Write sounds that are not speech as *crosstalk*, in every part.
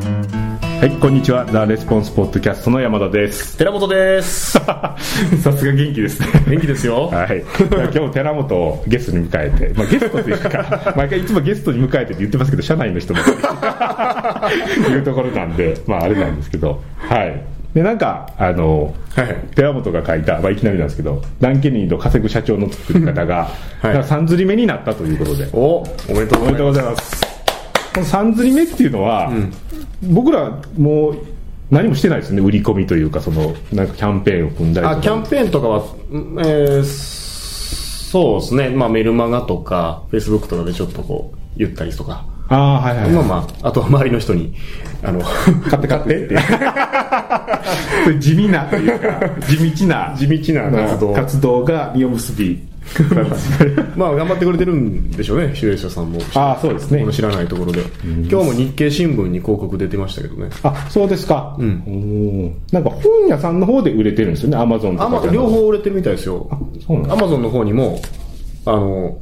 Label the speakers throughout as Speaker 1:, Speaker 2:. Speaker 1: はいこんにちはザ・レスポンスポッドキャストの山田です *laughs*
Speaker 2: 寺本です。
Speaker 1: さすが元気ですね
Speaker 2: 元気ですよ。
Speaker 1: はい、今日寺本をゲストに迎えて、まあ、ゲストというか *laughs* 毎回いつもゲストに迎えてって言ってますけど社内の人もいう *laughs* ところなんで、まあ、あれなんですけどはいでなんかあの、
Speaker 2: はい
Speaker 1: 寺本が書いた、まあ、いきなりなんですけどダン・ケネディの稼ぐ社長の作り方が、
Speaker 2: *laughs* はい
Speaker 1: なんか3釣り目になったということで
Speaker 2: お、おめでとう
Speaker 1: おめでとうご
Speaker 2: ござい
Speaker 1: ざいますこの3釣り目っていうのは、僕らもう何もしてないですね売り込みというかそのなんかキャンペーンを組んだりと
Speaker 2: ます。
Speaker 1: か
Speaker 2: あ、キャンペーンとかは、んえーそうですね。まあメルマガとか、フェイスブックとかでちょっとこう、言ったりとか。
Speaker 1: あーはいはい、はい
Speaker 2: まあまあ、あとは周りの人に、あの、
Speaker 1: 買って買ってっていうそれ地味なというか地道な
Speaker 2: *laughs* 地道な活動。
Speaker 1: 活動が実を結
Speaker 2: *laughs*
Speaker 1: び
Speaker 2: まあ頑張ってくれてるんでしょうね、集英社さんも。
Speaker 1: ああそうですね
Speaker 2: この知らないところで。今日も日経新聞に広告出てましたけどね。
Speaker 1: あそうですか、うんん、なんか本屋さんの方で売れてるんですよねアマゾンと
Speaker 2: ア
Speaker 1: か
Speaker 2: マ
Speaker 1: じゃなくて
Speaker 2: 両方売れてるみたいですよ。
Speaker 1: そうなんだ
Speaker 2: アマゾンの方にも、あの、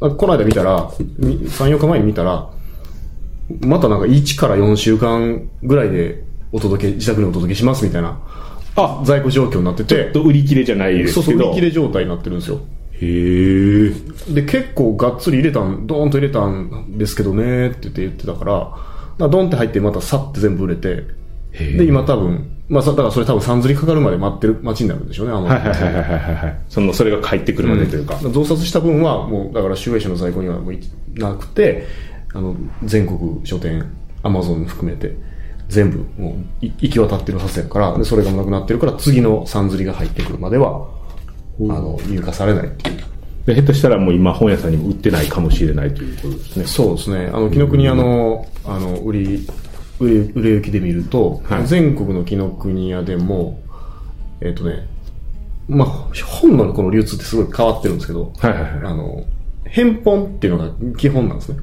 Speaker 2: あこの間見たら、み3、4日前に見たら、またなんか1から4週間ぐらいでお届け、自宅にお届けしますみたいな
Speaker 1: あ
Speaker 2: 在庫状況になってて、
Speaker 1: と売り切れじゃないで
Speaker 2: そう
Speaker 1: す
Speaker 2: そ
Speaker 1: け
Speaker 2: う、
Speaker 1: ど
Speaker 2: 売り切れ状態になってるんですよ。
Speaker 1: へえ
Speaker 2: で、結構がっつり入れたん、ドーンと入れたんですけどねって言って言ってたから、だからドンって入ってまたさって全部売れて、
Speaker 1: へえ
Speaker 2: で、今多分、まあ、さだからそれ多分3釣りかかるまで待ってる、待ちになるんでしょうね、あの、
Speaker 1: はいはいはいはいはいはいそのそれが返ってくるまでというか、
Speaker 2: 増刷した分はもうだから集英社の在庫にはもういなくてあの全国書店アマゾン含めて全部もうい行き渡ってるはずやからでそれがなくなってるから次の三釣りが入ってくるまではあの入荷されないっていう
Speaker 1: で下手したらもう今本屋さんにも売ってないかもしれないということですね
Speaker 2: そうですねあの紀ノ国屋のあの売り売れ売れ行きで見ると、
Speaker 1: はい
Speaker 2: 全国の紀ノ国屋でもえっ、とねまあ本のこの流通ってすごい変わってるんですけど、
Speaker 1: はいはいはい
Speaker 2: あの、返本っていうのが基本なんですね。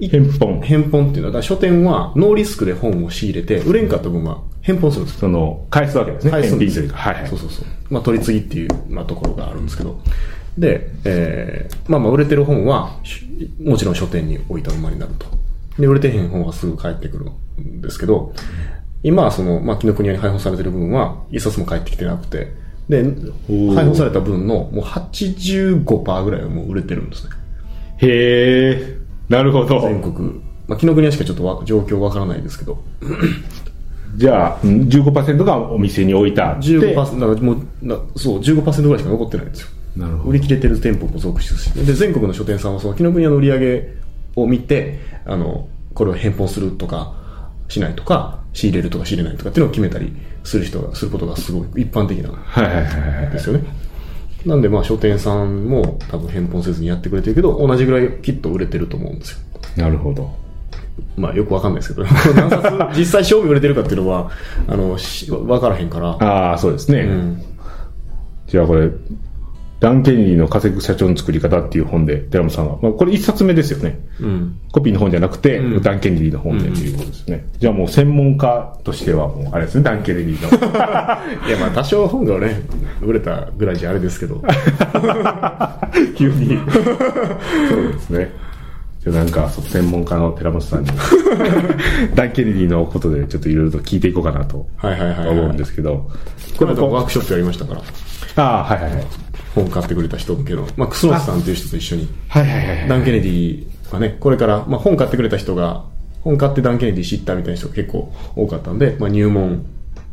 Speaker 1: 返本
Speaker 2: 返本っていうのは、だから書店はノーリスクで本を仕入れて、売れんかった分は返本するんですよ。
Speaker 1: その返すわけですね
Speaker 2: 返す
Speaker 1: 返
Speaker 2: んで
Speaker 1: 品
Speaker 2: す
Speaker 1: と
Speaker 2: よ
Speaker 1: いうかはいはい
Speaker 2: そうそうそう。まあ、取り次ぎっていう、まあ、ところがあるんですけど。で、えー、まあまあ、売れてる本は、しもちろん書店に置いたまになると。で、売れてへん本はすぐ返ってくるんですけど、今はその、まあ、紀ノ国屋に配本されてる分は、一冊も返ってきてなくて、で、
Speaker 1: ー
Speaker 2: 配本された分の、もう85%ぐらいはもう売れてるんですね。
Speaker 1: へえなるほど
Speaker 2: 全国、まあ、紀ノ国屋しかちょっとわ状況わからないですけど、
Speaker 1: じゃあ、うん15%がお店に置いた。
Speaker 2: 15%, だからもうなそう15ぐらいしか残ってないんですよ、
Speaker 1: なるほど
Speaker 2: 売り切れてる店舗も続出して、で全国の書店さんはその紀ノ国屋の売り上げを見てあの、これを返本するとか、しないとか、仕入れるとか仕入れないとかっていうのを決めたりする人がすることがすごい一般的なん
Speaker 1: はいはいはいはい
Speaker 2: で。すよね。なんで、まあ、書店さんも多分返本せずにやってくれてるけど、同じぐらいきっと売れてると思うんですよ。
Speaker 1: なるほど。
Speaker 2: まあよくわかんないですけど、 *laughs* 何冊実際賞味売れてるかっていうのは、あの、しわからへんから。
Speaker 1: ああ、そうですね。
Speaker 2: うん。
Speaker 1: じゃあこれ、ダン・ケネディの稼ぐ社長の作り方っていう本で、寺本さんが、まあ、これ一冊目ですよね。
Speaker 2: うん。
Speaker 1: コピーの本じゃなくて、
Speaker 2: うん
Speaker 1: ダン・ケネディの本でということですね。じゃあもう専門家としては、もうあれですね、ダン・ケネディの。
Speaker 2: いや、まあ多少本がね、売れたぐらいじゃあれですけ *laughs* ど。
Speaker 1: 急に。そうですね。じゃあなんか、その専門家の寺本 *laughs* さんに、ダン・ケネディのことでちょっといろいろと聞いていこうかなと
Speaker 2: はいはいはい、。
Speaker 1: 思うんですすけど。
Speaker 2: この間ワークショップやりましたから、
Speaker 1: ああ、はいはいはい。
Speaker 2: 本買ってくれた人向けの、まあ、楠本さんという人と一緒に、
Speaker 1: はいはいはいはい。
Speaker 2: ダン・ケネディがね、これから、まあ、本買ってくれた人が、本買ってダン・ケネディ知ったみたいな人が結構多かったんで、まあ、入門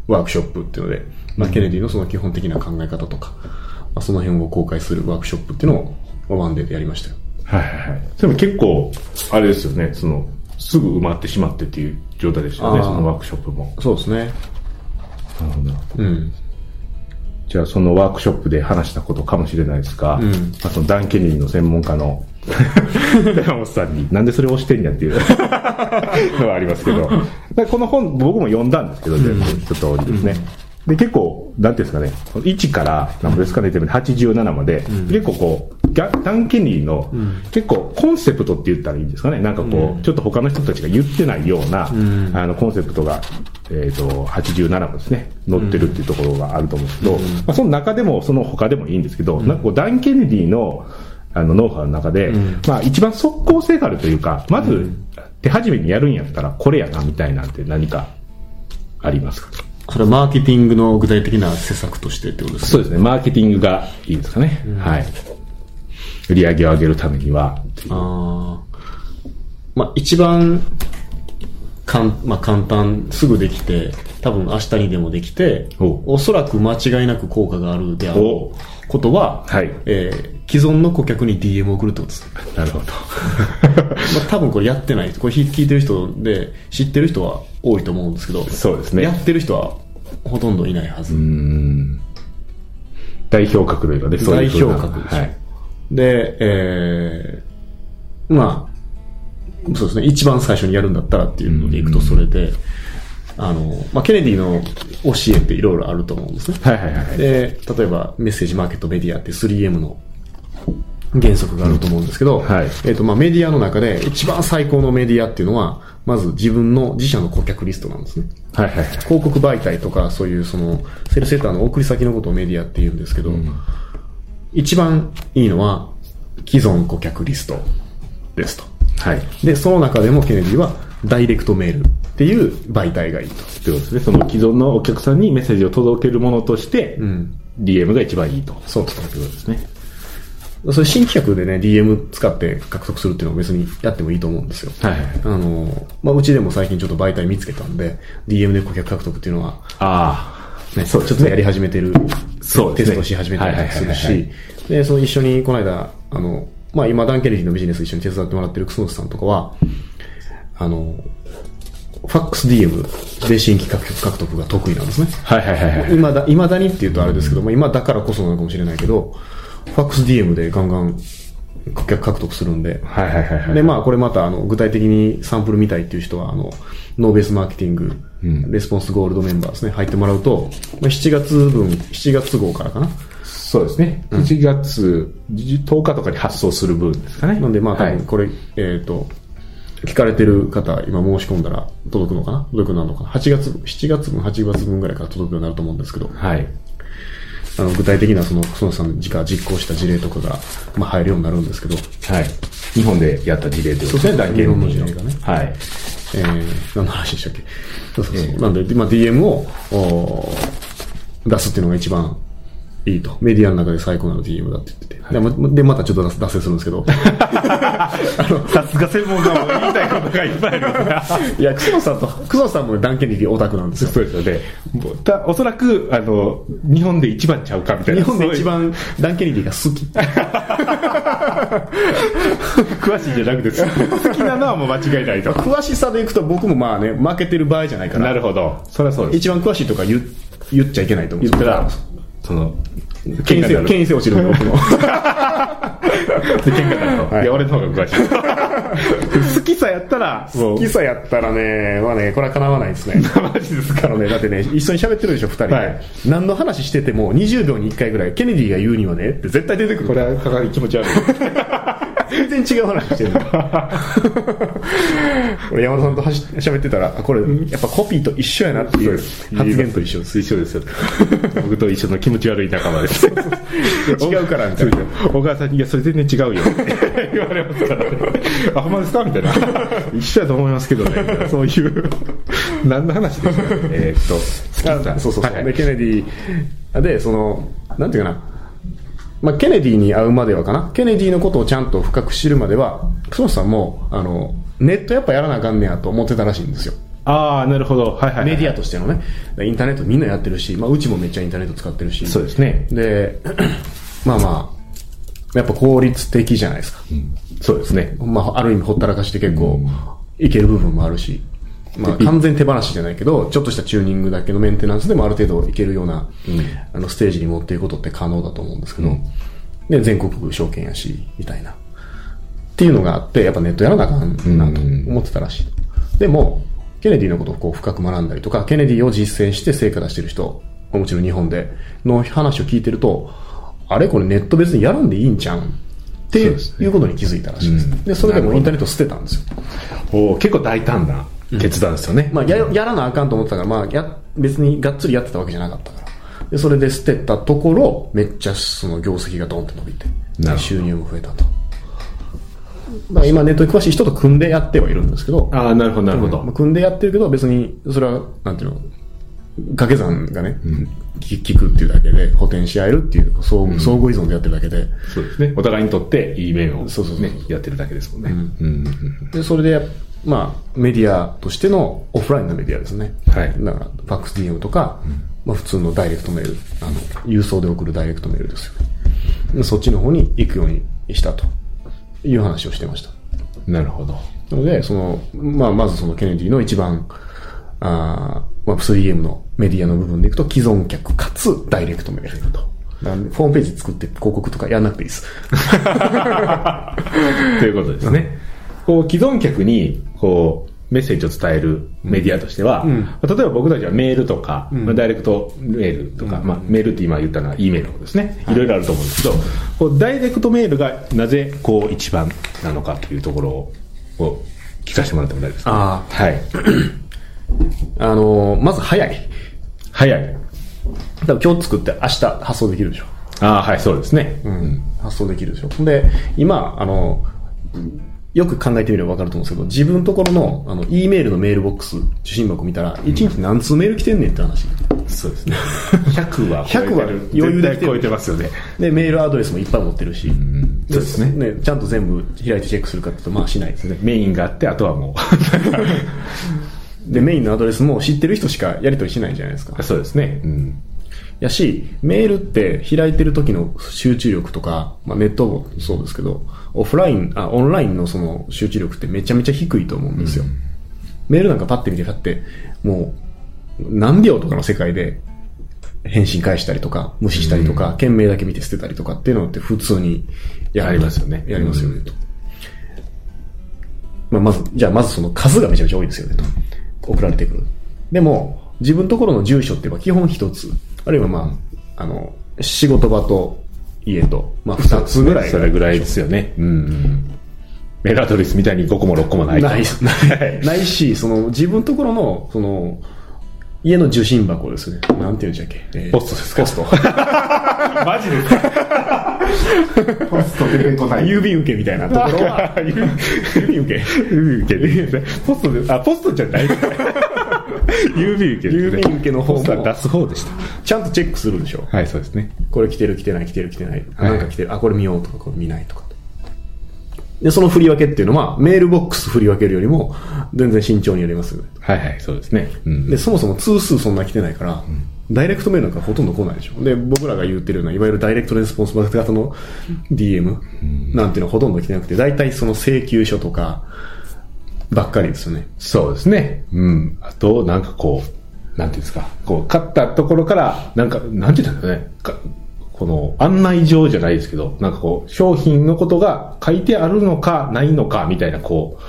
Speaker 2: ワークショップっていうので、まあ、ケネディのその基本的な考え方とか、まあ、その辺を公開するワークショップっていうのをワンデーでやりましたよ。
Speaker 1: はいはいはい。でも結構、あれですよね、その、すぐ埋まってしまってっていう状態でしたよね、
Speaker 2: あー
Speaker 1: そのワークショップも。
Speaker 2: そうですね。
Speaker 1: なるほど。
Speaker 2: うん。
Speaker 1: じゃあ、そのワークショップで話したことかもしれないですが、
Speaker 2: ん
Speaker 1: まあ、そのダン・ケネディの専門家 *laughs* の寺本さんに、なんでそれを押してんやっていうのはありますけど、でこの本、僕も読んだんですけど、全部一通りですね。で、結構、なんていうんですかね、この1から、なんぼですかね、87まで、結構こう、ダダン・ケネディの、結構コンセプトって言ったらいいんですかね、なんかこう、ちょっと他の人たちが言ってないような、あのコンセプトが、えー、と87もですね、載ってるっていうところがあると思うんですけど、まあ、その中でも、その他でもいいんですけど、なんかこうダン・ケネディのあのノウハウの中で、まあ、一番即効性があるというか、まず、手始めにやるんやったら、これやなみたいなんて、何かありますか
Speaker 2: それはマーケティングの具体的な施策としてってことですか
Speaker 1: そうですね。マーケティングがいいですかね。はい。売り上げを上げるためには、
Speaker 2: ああ。まあ、一番、かん、まあ、簡単、すぐできて、多分明日にでもできて、
Speaker 1: お
Speaker 2: おそらく間違いなく効果があるであろうことは、
Speaker 1: はい
Speaker 2: えー既存の顧客に DM を送るってことです。
Speaker 1: なるほど。 *laughs*
Speaker 2: まあ、多分これやってない。これひ聞いてる人で、知ってる人は多いと思うんですけど、
Speaker 1: そうですね
Speaker 2: やってる人はほとんどいないはず。
Speaker 1: 代表格というかね、そういうふうな
Speaker 2: 代表格です
Speaker 1: はい。
Speaker 2: で、えー、まあ、そうですね、一番最初にやるんだったらっていうのでいくとそれで、あの、まあ、ケネディの教えっていろいろあると思うんですね。
Speaker 1: はいはいはい。
Speaker 2: で、例えばメッセージマーケットメディアって 3M の原則があると思うんですけど、
Speaker 1: はい
Speaker 2: えっ、と、まあ、メディアの中で一番最高のメディアっていうのは、まず自分の自社の顧客リストなんですね。
Speaker 1: はいはいはい。
Speaker 2: 広告媒体とか、そういうその、セールセーターの送り先のことをメディアって言うんですけど、一番いいのは、既存顧客リストですと。
Speaker 1: はい。
Speaker 2: で、その中でもケネディは、ダイレクトメールっていう媒体がいいと。
Speaker 1: ということですね。その既存のお客さんにメッセージを届けるものとして、DM が一番いいと。
Speaker 2: そうで
Speaker 1: ということですね。
Speaker 2: それ新企画でね、DM 使って獲得するっていうのは別にやってもいいと思うんですよ。
Speaker 1: はいはいはい
Speaker 2: あの、まあ、うちでも最近ちょっと媒体見つけたんで、DM で顧客獲得っていうのは、
Speaker 1: あ
Speaker 2: ね、
Speaker 1: そうです
Speaker 2: ち
Speaker 1: ね
Speaker 2: ょっとやり始めてる、
Speaker 1: そうです
Speaker 2: テ
Speaker 1: ね
Speaker 2: ストし始めたりす
Speaker 1: は
Speaker 2: る
Speaker 1: いはいは
Speaker 2: し、で、その一緒にこの間、あの、まあ、今、ダンケルヒのビジネス一緒に手伝ってもらってる楠本さんとかは、あの、ファックス DM で新規獲得獲得が得意なんですね。
Speaker 1: あ。はいはいはいはい。
Speaker 2: 今だ、今だにって言うとあれですけども、今だからこそなのかもしれないけど、ファックス DM でガンガン顧客獲得するんで、
Speaker 1: はいはいはいはい。
Speaker 2: で、まあ、これまた、あの、具体的にサンプル見たいっていう人は、あの、ノーベースマーケティング、レスポンスゴールドメンバーですね、入ってもらうと、まあ、7月分、7月号からかな。
Speaker 1: そうですね。1月10日とかに発送する分ですかね。
Speaker 2: なんで、まあ、多
Speaker 1: はい
Speaker 2: 分、これ、えっ、と、聞かれてる方、今申し込んだら届くのかな届くようになるのかな ?8 月、7月分、8月分ぐらいから届くようになると思うんですけど、
Speaker 1: はい。
Speaker 2: あの、具体的な、その、孫さんが実行した事例とかが、まあ、入るようになるんですけど、
Speaker 1: はい。日本でやった事例ということ
Speaker 2: そうですね
Speaker 1: ダンケルヒ
Speaker 2: 日本の事例がね
Speaker 1: はい。
Speaker 2: えー、何の話でしたっけそうそうそう、なんで、まあ、DM をおー出すっていうのが一番いいと。メディアの中で最高なの DM だって言ってて。でまで、またちょっと脱脱線するんですけど。
Speaker 1: さすが専門家も言いたいことがいっぱいありますね。
Speaker 2: *laughs* いや、クソさんと、クソさんも断言力オタクなんですよ。
Speaker 1: そうですよね。もうたおそらく、あの、日本で一番ちゃうかみたい
Speaker 2: 日
Speaker 1: な。
Speaker 2: 本で一番断言力が好き。
Speaker 1: そういう詳しいじゃなくて、好きなのはもう間違いないと。
Speaker 2: 詳しさでいくと僕もまあね、負けてる場合じゃないから。
Speaker 1: *laughs* なるほど。それはそうです。
Speaker 2: 一番詳しいとか言言っちゃいけないと思う
Speaker 1: 言ったら、その、
Speaker 2: 権威 *laughs* 性、権威性落ちるんで僕も。 *laughs*
Speaker 1: 喧嘩になると。
Speaker 2: はい
Speaker 1: いや、俺の方が詳 *laughs* しい。好きさやったら、もう
Speaker 2: 好きさやったらね、まあね、これは叶わないですね。マジですからね、だってね、一緒に喋ってるでしょ、二人で、
Speaker 1: はい
Speaker 2: 何の話してても、20秒に1回ぐらい、ケネディが言うにはね、って絶対出てくる。
Speaker 1: これはかかり気持ち悪い。
Speaker 2: 全然違う話して
Speaker 1: *laughs*
Speaker 2: る。俺、山田さんとはし喋ってたら、あこれ、やっぱコピーと一緒やなっていう発言と一緒です。
Speaker 1: 一緒ですよ。 *laughs* 僕と一緒の気持ち悪い仲間です。
Speaker 2: *laughs* 違うからみたいな。
Speaker 1: 小川さんに、いや、それ全然違うよ。 *laughs* 言われますからね。あ、ほんまですかみたいな。 *laughs* 一緒だと思いますけどね。 *laughs* そういう。何の話ですか
Speaker 2: *laughs*
Speaker 1: ねえーっと、好きさ
Speaker 2: あそうそうそう、
Speaker 1: はい
Speaker 2: でケネディでそのなんていうかなまあ、ケネディに会うまではかな。ケネディのことをちゃんと深く知るまでは、楠本さんも、あの、ネットやっぱやらなあかんねやと思ってたらしいんですよ。
Speaker 1: ああ、なるほど。はいはい。
Speaker 2: メディ
Speaker 1: ア。
Speaker 2: アとしてのね。インターネットみんなやってるし、まあ、うちもめっちゃインターネット使ってるし。
Speaker 1: そうですね。
Speaker 2: で、 *clears throat* まあまあ、やっぱ効率的じゃないですか。
Speaker 1: そうですね。
Speaker 2: まあ、ある意味ほったらかして結構いける部分もあるし、まあ、完全手放しじゃないけど、ちょっとしたチューニングだけのメンテナンスでもある程度いけるような、あのステージに持っていくことって可能だと思うんですけど、で、全国区証券やし、みたいな。っていうのがあって、やっぱネットやらなあかんなと思ってたらしい。でも、ケネディのことをこう深く学んだりとか、ケネディを実践して成果出してる人、もちろん日本で、の話を聞いてると、あれこれネット別にやらんでいいんちゃうんっ
Speaker 1: そ
Speaker 2: ていうう
Speaker 1: です
Speaker 2: いうことに気づいたらしいです。で、それでもうインターネット捨てたんですよ。
Speaker 1: おー結構大胆な決断ですよね。
Speaker 2: まあ、ややらなあかんと思ってたから、まあ、や別にがっつりやってたわけじゃなかったから。で、それで捨てたところ、めっちゃその業績がドンって伸びて
Speaker 1: なるほど、
Speaker 2: 収入も増えたと。まあ、今ネットに詳しい人と組んでやってはいるんですけど、
Speaker 1: ああ、なるほど、なるほど。
Speaker 2: まあ組んでやってるけど、別に、それは、なんていうの、掛け算がね、き聞くっていうだけで、補填し合えるっていう、相互相互依存でやってるだけで、
Speaker 1: そうですね。お互いにとっていい面を、ね、
Speaker 2: そうそうそう
Speaker 1: やってるだけですもんね。うん
Speaker 2: で、それで、まあ、メディアとしてのオフラインのメディアですね。
Speaker 1: はい
Speaker 2: だから、ファックス DM とか、まあ普通のダイレクトメール、あの、郵送で送るダイレクトメールですよね。でそっちの方に行くようにしたという話をしてました。
Speaker 1: なるほど。
Speaker 2: なので、その、まあ、まずそのケネディの一番、あーまあ、3M のメディアの部分でいくと、既存客かつダイレクトメールだと。なんでホームページ作って広告とかやらなくていいです。
Speaker 1: ということですね。こう、既存客に、こう、メッセージを伝えるメディアとしては、
Speaker 2: ん
Speaker 1: まあ例えば僕たちはメールとか、まあダイレクトメールとか、まあ、メールって今言ったのは E メールのことですね。いろいろあると思うんですけど、こうダイレクトメールがなぜ、こう、一番なのかというところを、こう聞かせてもらっても大丈夫ですか
Speaker 2: あ
Speaker 1: はい。
Speaker 2: あ、あのーまず早い。
Speaker 1: 早い。
Speaker 2: 多分今日作って明日発送できるでしょ。
Speaker 1: ああ、はい、そうですね。
Speaker 2: うん、発送できるでしょ。ほんで、今、あの、よく考えてみればわかると思うんですけど、自分のところの、あの、E メールのメールボックス、受信箱見たら、1日何通メール来てんねんって話。
Speaker 1: そう *laughs* ですね。100は超えてる
Speaker 2: 100は余裕で
Speaker 1: 絶対超えてますよね。
Speaker 2: で、メールアドレスもいっぱい持ってるし、
Speaker 1: そうですね
Speaker 2: ね。ちゃんと全部開いてチェックするかっていうと、まあしないですね。
Speaker 1: メインがあって、あとはも
Speaker 2: で、メインのアドレスも知ってる人しかやり取りしないじゃないですか
Speaker 1: う。。そう *laughs* ですね。うん。
Speaker 2: やし、メールって開いてる時の集中力とか、まあ、ネットもそうですけど、オフライン、あ、オンラインのその集中力ってめちゃめちゃ低いと思うんですよ。メールなんかパッて見て、だって、もう、何秒とかの世界で、返信返したりとか、無視したりとか、件名だけ見て捨てたりとかっていうのって普通にや
Speaker 1: ありますよね
Speaker 2: やりますよね、と。まあ、まず、じゃあまずその数がめちゃめちゃ多いですよね、と。送られてくる。でも、自分のところの住所って言えば基本一つ。あるいはまあ、あの、仕事場と家と、まあ二つぐらい
Speaker 1: そ
Speaker 2: が。
Speaker 1: れぐらいですよね。うん。メールアドレスみたいに5個も6個もないと。
Speaker 2: ない、ない、ないし、その自分のところの、その、家の受信箱ですね。なんていうんじゃっけ。えー
Speaker 1: ポストですか
Speaker 2: ポスト。
Speaker 1: マジですか *laughs* ポストで弁護な
Speaker 2: 郵便受けみたいなところは、郵便受け。
Speaker 1: 郵便受けですね。ポストで、あ、ポストじゃ *laughs* ない。郵便受けですね。
Speaker 2: 郵便受けの方も
Speaker 1: ポストは出す方でし
Speaker 2: ちゃんとチェックするでしょ。
Speaker 1: た。はい、そうですね。
Speaker 2: これ来てる来てない来てる来てない。あ
Speaker 1: はい
Speaker 2: なんか来てる。あ、これ見ようとか、これ見ないとか。で、その振り分けっていうのは、メールボックス振り分けるよりも、全然慎重にやりますよね。
Speaker 1: はいはい、そうですね。うん。
Speaker 2: で、そもそも通数そんな来てないから、ダイレクトメールなんかほとんど来ないでしょ。で、僕らが言ってるような、いわゆるダイレクトレスポンス型の DM なんていうのはほとんど来てなくて、大体その請求書とかばっかりですよね。
Speaker 1: そうですね。うん。あと、なんかこう、なんていうんですか、こう、勝ったところから、なんか、なんていうんですかね、かこの案内状じゃないですけど、なんかこう、商品のことが書いてあるのか、ないのか、みたいな、こ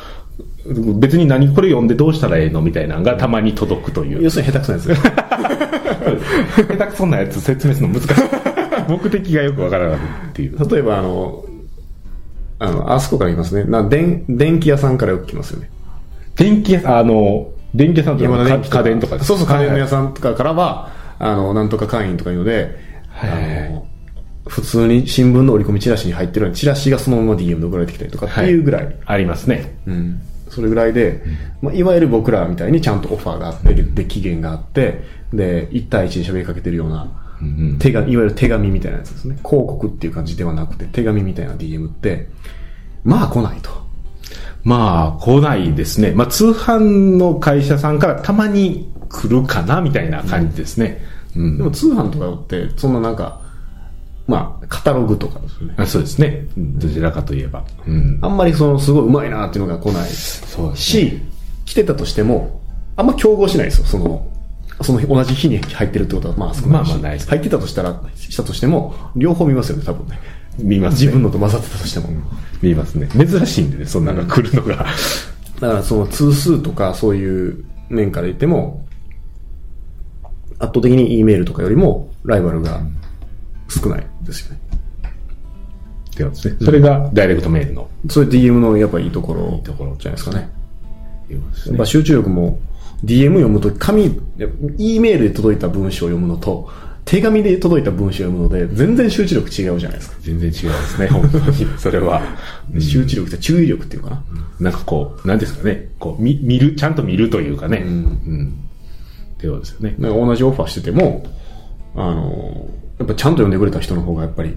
Speaker 1: う、別に何これ読んでどうしたらええのみたいなのがたまに届くという。
Speaker 2: 要するに下手くそなやつ。
Speaker 1: 下手くそなやつ説明するの
Speaker 2: *laughs*
Speaker 1: 難しい。目的がよくわからないっていう。
Speaker 2: 例えばあの、あの、あそこから来ますね。な、電、電気屋さんからよく来ますよね。
Speaker 1: 電気屋さん、あの、電気屋さんと
Speaker 2: 山
Speaker 1: か家
Speaker 2: 田電機とか
Speaker 1: 電とかです
Speaker 2: そうそう、家電の屋
Speaker 1: つ。
Speaker 2: さんとかからは、あの、なんとか会員とかいうので、あ
Speaker 1: はい
Speaker 2: の、普通に新聞の折り込みチラシに入ってるようなチラシがそのまま DM で送られてきたりとかって
Speaker 1: はい
Speaker 2: いうぐらい。
Speaker 1: ありますね。
Speaker 2: うん。それぐらいで、まあ、いわゆる僕らみたいにちゃんとオファーがあって、でで、期限があって、で、1対1で喋りかけてるような、手紙、いわゆる手紙みたいなやつですね。広告っていう感じではなくて、手紙みたいな DM って、まあ来ないと。
Speaker 1: まあ、来ないですね。まあ、通販の会社さんからたまに来るかな、みたいな感じですね。うん。
Speaker 2: でも通販とかって、そんななんか、まあ、カタログとかですよね。
Speaker 1: あそうですね。どちらかといえば。うん。
Speaker 2: あんまりその、すごい上手いなっていうのが来ない
Speaker 1: そうですね。
Speaker 2: し、来てたとしても、あんま競合しないですよ、その、その日同じ日に入ってるってことは、まあ少ないし。
Speaker 1: まあまあないです
Speaker 2: 入ってたとしたら、したとしても、両方見ますよね、多分ね。
Speaker 1: 見ます、ね。
Speaker 2: 自分のと混ざってたとしても。
Speaker 1: 見ますね。珍しいんでね、そんなのが来るのが。
Speaker 2: だからその通数とかそういう面から言っても、圧倒的に E メールとかよりもライバルが少ないですよね。
Speaker 1: ってことです *laughs* ね。それがダイレクトメールの
Speaker 2: そういう DM のやっぱいいところ。いい
Speaker 1: ところじ
Speaker 2: じゃ
Speaker 1: ゃ
Speaker 2: な
Speaker 1: ないいですすかね。。い
Speaker 2: でかね
Speaker 1: うことです
Speaker 2: やっ
Speaker 1: ね
Speaker 2: ぱ集中力も DM 読むとき、紙、やっぱ E メールで届いた文章を読むのと、手紙で届いた文章を読むので、全然集中力違うじゃないですか。
Speaker 1: 全然違いますね、本当 *laughs* に。それは。
Speaker 2: 集中力って注意力っていうかな。
Speaker 1: なんかこう、なんですかね。こう、見、見る、ちゃんと見るというかね。うん。ってことですよね。
Speaker 2: で同じオファーしてても、あの、やっぱちゃんと読んでくれた人の方がやっぱり、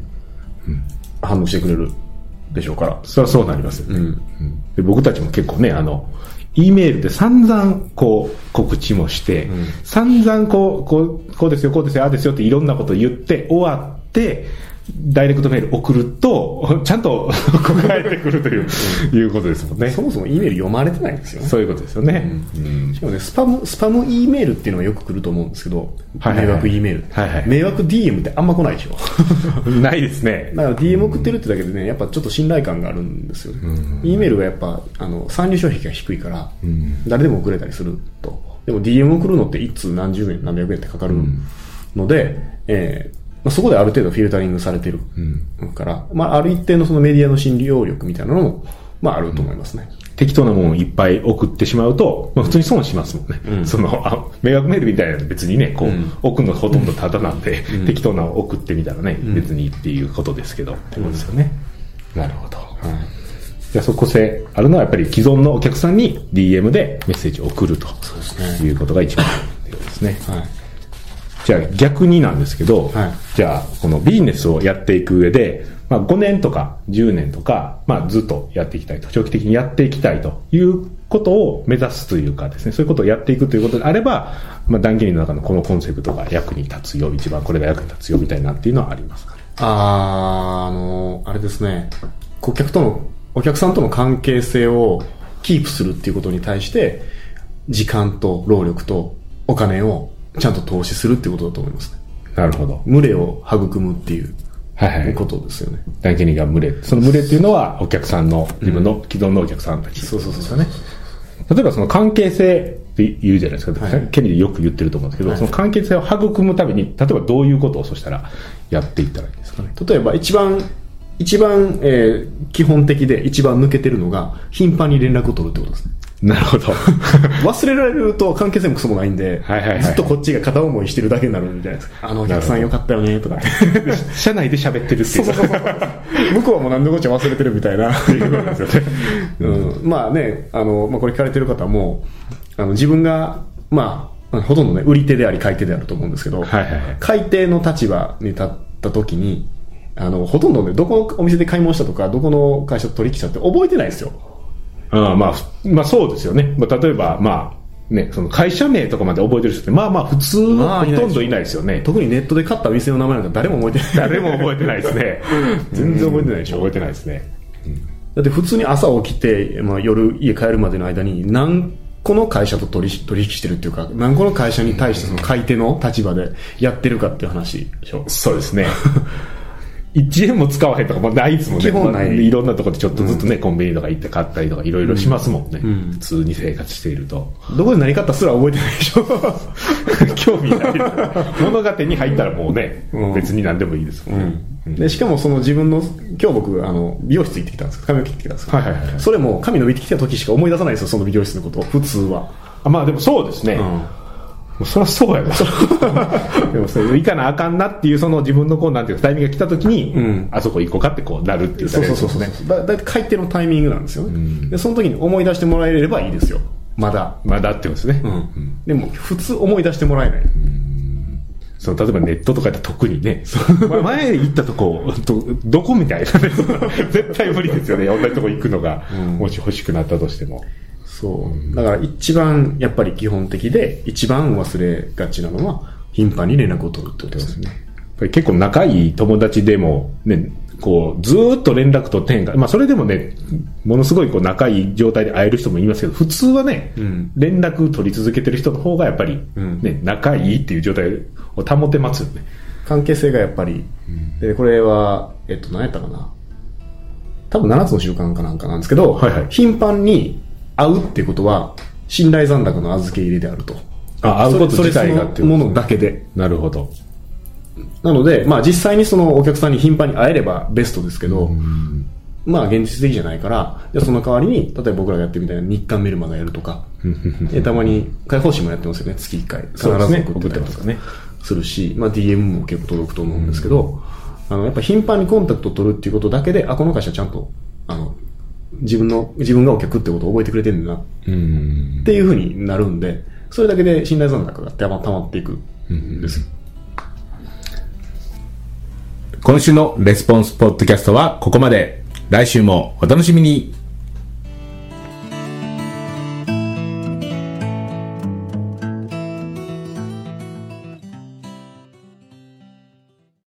Speaker 2: 反応してくれるでしょうから。
Speaker 1: それはそうなりますよね。
Speaker 2: うん。
Speaker 1: で僕たちも結構ね、あの、E メールで散々こう告知もして、散々こう、こう、こうですよ、こうですよ、ああですよっていろんなこと言って終わって、ダイレクトメール送ると、 *laughs* ちゃんと答えてくるという、いうことですもんね。
Speaker 2: そもそも E メール読まれてないんですよね。
Speaker 1: そういうことですよね。うん
Speaker 2: しかもね、スパム、スパム E メールっていうのがよく来ると思うんですけど、
Speaker 1: はいはい
Speaker 2: 迷
Speaker 1: はい
Speaker 2: 惑 E メール。
Speaker 1: はいはい
Speaker 2: 迷惑 DM ってあんま来ないでしょ。
Speaker 1: ないですね。
Speaker 2: だから DM 送ってるってだけでね、やっぱちょっと信頼感があるんですよね。E メールがやっぱ、あの、参入障壁が低いから、誰でも送れたりすると。でも DM 送るのって一通何十円、何百円ってかかるので、えーまあ、そこである程度フィルタリングされてるから、まあ、ある一定のそのメディアの信用力みたいなのも、まあ、あると思いますね。
Speaker 1: 適当なもんいっぱい送ってしまうと、まあ、普通に損しますもんね。その、あ、迷惑メールみたいなの別にね、こう、送るのほとんどタダなんで、適当なの送ってみたらね、別にっていうことですけど、ってことですよね。なるほど。じゃあそこ性あるのはやっぱり既存のお客さんに DM でメッセージを送ると
Speaker 2: す
Speaker 1: いうことが一番ってことですね。
Speaker 2: はい。
Speaker 1: じゃあ逆になんですけど、
Speaker 2: はい
Speaker 1: じゃあこのビジネスをやっていく上で、まあ、5年とか10年とか、まあ、ずっとやっていきたいと、長期的にやっていきたいということを目指すというかですね、そういうことをやっていくということであれば、まあ、断言の中のこのコンセプトが役に立つよ、一番これが役に立つよみたいなっていうのはありますかね。
Speaker 2: あーあの、あれですね、顧客との、お客さんとの関係性をキープするっていうことに対して、時間と労力とお金をちゃんと投資するっていうことだと思いますね。
Speaker 1: なるほど。
Speaker 2: 群れを育むっていう
Speaker 1: はいはい
Speaker 2: こ。とですよね。
Speaker 1: 断言が群れ。その群れっていうのはお客さんの、自分の既存のお客さんたち。
Speaker 2: そうそうそう。ね。
Speaker 1: 例えばその関係性って言うじゃないですか、
Speaker 2: はい
Speaker 1: 権利でよく言ってると思うんですけど、
Speaker 2: はい
Speaker 1: その関係性を育むために、例えばどういうことをそしたらやっていったらいいんですかね。
Speaker 2: 例えば一番、一番、えー基本的で一番抜けてるのが、頻繁に連絡を取るってことですね。
Speaker 1: なるほど。
Speaker 2: 忘れられると関係性もクソもないんで、
Speaker 1: はいはいはい
Speaker 2: ずっとこっちが片思いしてるだけになるんじゃないですか。あのお客さんよかったよね、とか。
Speaker 1: *laughs* 社内で喋ってるっていう。
Speaker 2: 向こうはもう何のこっちゃ忘れてるみたいな。うんまあね、あの、まあこれ聞かれてる方も、あの、自分が、まあ、ほとんどね、売り手であり買い手であると思うんですけど、
Speaker 1: はいはいはい
Speaker 2: 買い手の立場に立った時に、あの、ほとんどね、どこのお店で買い物したとか、どこの会社と取引したって覚えてないですよ。
Speaker 1: うんまあ、ふまあそうですよね。まあ、例えば、まあ、ね、その会社名とかまで覚えてる人って、まあまあ普通、
Speaker 2: まあ
Speaker 1: ほとんどいないですよね。
Speaker 2: 特にネットで買ったお店の名前なんか誰も覚えてない。
Speaker 1: *laughs* 誰も覚えてないです *laughs* ね。
Speaker 2: 全然覚えてないでしょ
Speaker 1: 覚えてないですね。
Speaker 2: だって普通に朝起きて、まあ、夜家帰るまでの間に何個の会社と取引取引してるっていうか何個の会社に対してその買い手の立場でやってるかっていう話でしょ
Speaker 1: そうですね。1円も使わへんとかもないですもんね。
Speaker 2: 基本ない
Speaker 1: まあいろんなとこでちょっとずつね、コンビニとか行って買ったりとかいろいろしますもんね。普通に生活していると。 *laughs*
Speaker 2: どこで何買ったすら覚えてないでしょ *laughs*
Speaker 1: 興味ないです。物語に入ったらもうね、
Speaker 2: うん
Speaker 1: 別に何でもいいですもんね。
Speaker 2: でしかもその自分の今日僕あの美容室行ってきたんですけど髪を切ってきたんですけど、
Speaker 1: はいはいはい
Speaker 2: それも髪伸びてきた時しか思い出さないですよその美容室のことを普通は、
Speaker 1: あまあでもそうですね。もうそりゃそうやな。でもそれいかなあかんなっていうその自分のこうなんていうかタイミングが来た時に、
Speaker 2: ん
Speaker 1: あそこ行こうかってこうなるっていうだ
Speaker 2: そう
Speaker 1: けで
Speaker 2: そう
Speaker 1: す
Speaker 2: そう
Speaker 1: もん
Speaker 2: そう
Speaker 1: ね。
Speaker 2: だだいたい買い手のタイミングなんですよね、でその時に思い出してもらえればいいですよまだ、
Speaker 1: まあだってですね。
Speaker 2: でも普通思い出してもらえない、
Speaker 1: その例えばネットとかで特に
Speaker 2: *laughs*
Speaker 1: ね、ま前行ったとこ、 *laughs* どどこみたいなね、 *laughs* 絶対無理ですよね、同じとこ行くのが、もし欲しくなったとしても。
Speaker 2: そう。だから一番やっぱり基本的で、一番忘れがちなのは、頻繁に連絡を取るってことですね。
Speaker 1: やっぱり結構仲いい友達でも、ね、こうずーっと連絡取ってへんから、まあ、それでもね、ものすごいこう仲いい状態で会える人もいますけど、普通はね、
Speaker 2: ん
Speaker 1: 連絡取り続けてる人の方がやっぱり、ね
Speaker 2: ん
Speaker 1: 仲いいっていう状態を保てますよね。
Speaker 2: 関係性がやっぱり、で、これは、えっと、何やったかな。多分7つの習慣かなんかなんですけど、
Speaker 1: はいはい
Speaker 2: 頻繁に会うってことは、信頼残高の預け入れであると。
Speaker 1: あ、会うこと
Speaker 2: それ
Speaker 1: 自体がって
Speaker 2: そ
Speaker 1: い
Speaker 2: れ
Speaker 1: うこ
Speaker 2: その
Speaker 1: と
Speaker 2: ものだけで。
Speaker 1: なるほど。
Speaker 2: なので、まあ実際にそのお客さんに頻繁に会えればベストですけど、まあ現実的じゃないから、じゃあその代わりに、例えば僕らがやってるみたいな日刊メルマガやるとか、でたまに解放誌もやってますよね、月1回。必ず
Speaker 1: そうですね
Speaker 2: 送ってたり
Speaker 1: 送ってま
Speaker 2: と
Speaker 1: す
Speaker 2: か
Speaker 1: ね
Speaker 2: ね。するし、まあ DM も結構届くと思うんですけど、あの、やっぱ頻繁にコンタクト取るっていうことだけで、あ、この会社ちゃんと、あの、自分の、自分がお客ってことを覚えてくれてるんだなっ
Speaker 1: うん。
Speaker 2: ていうふうになるんで、それだけで信頼残高がたまたまっていくんです。
Speaker 1: 今週のレスポンスポッドキャストはここまで。来週もお楽しみに。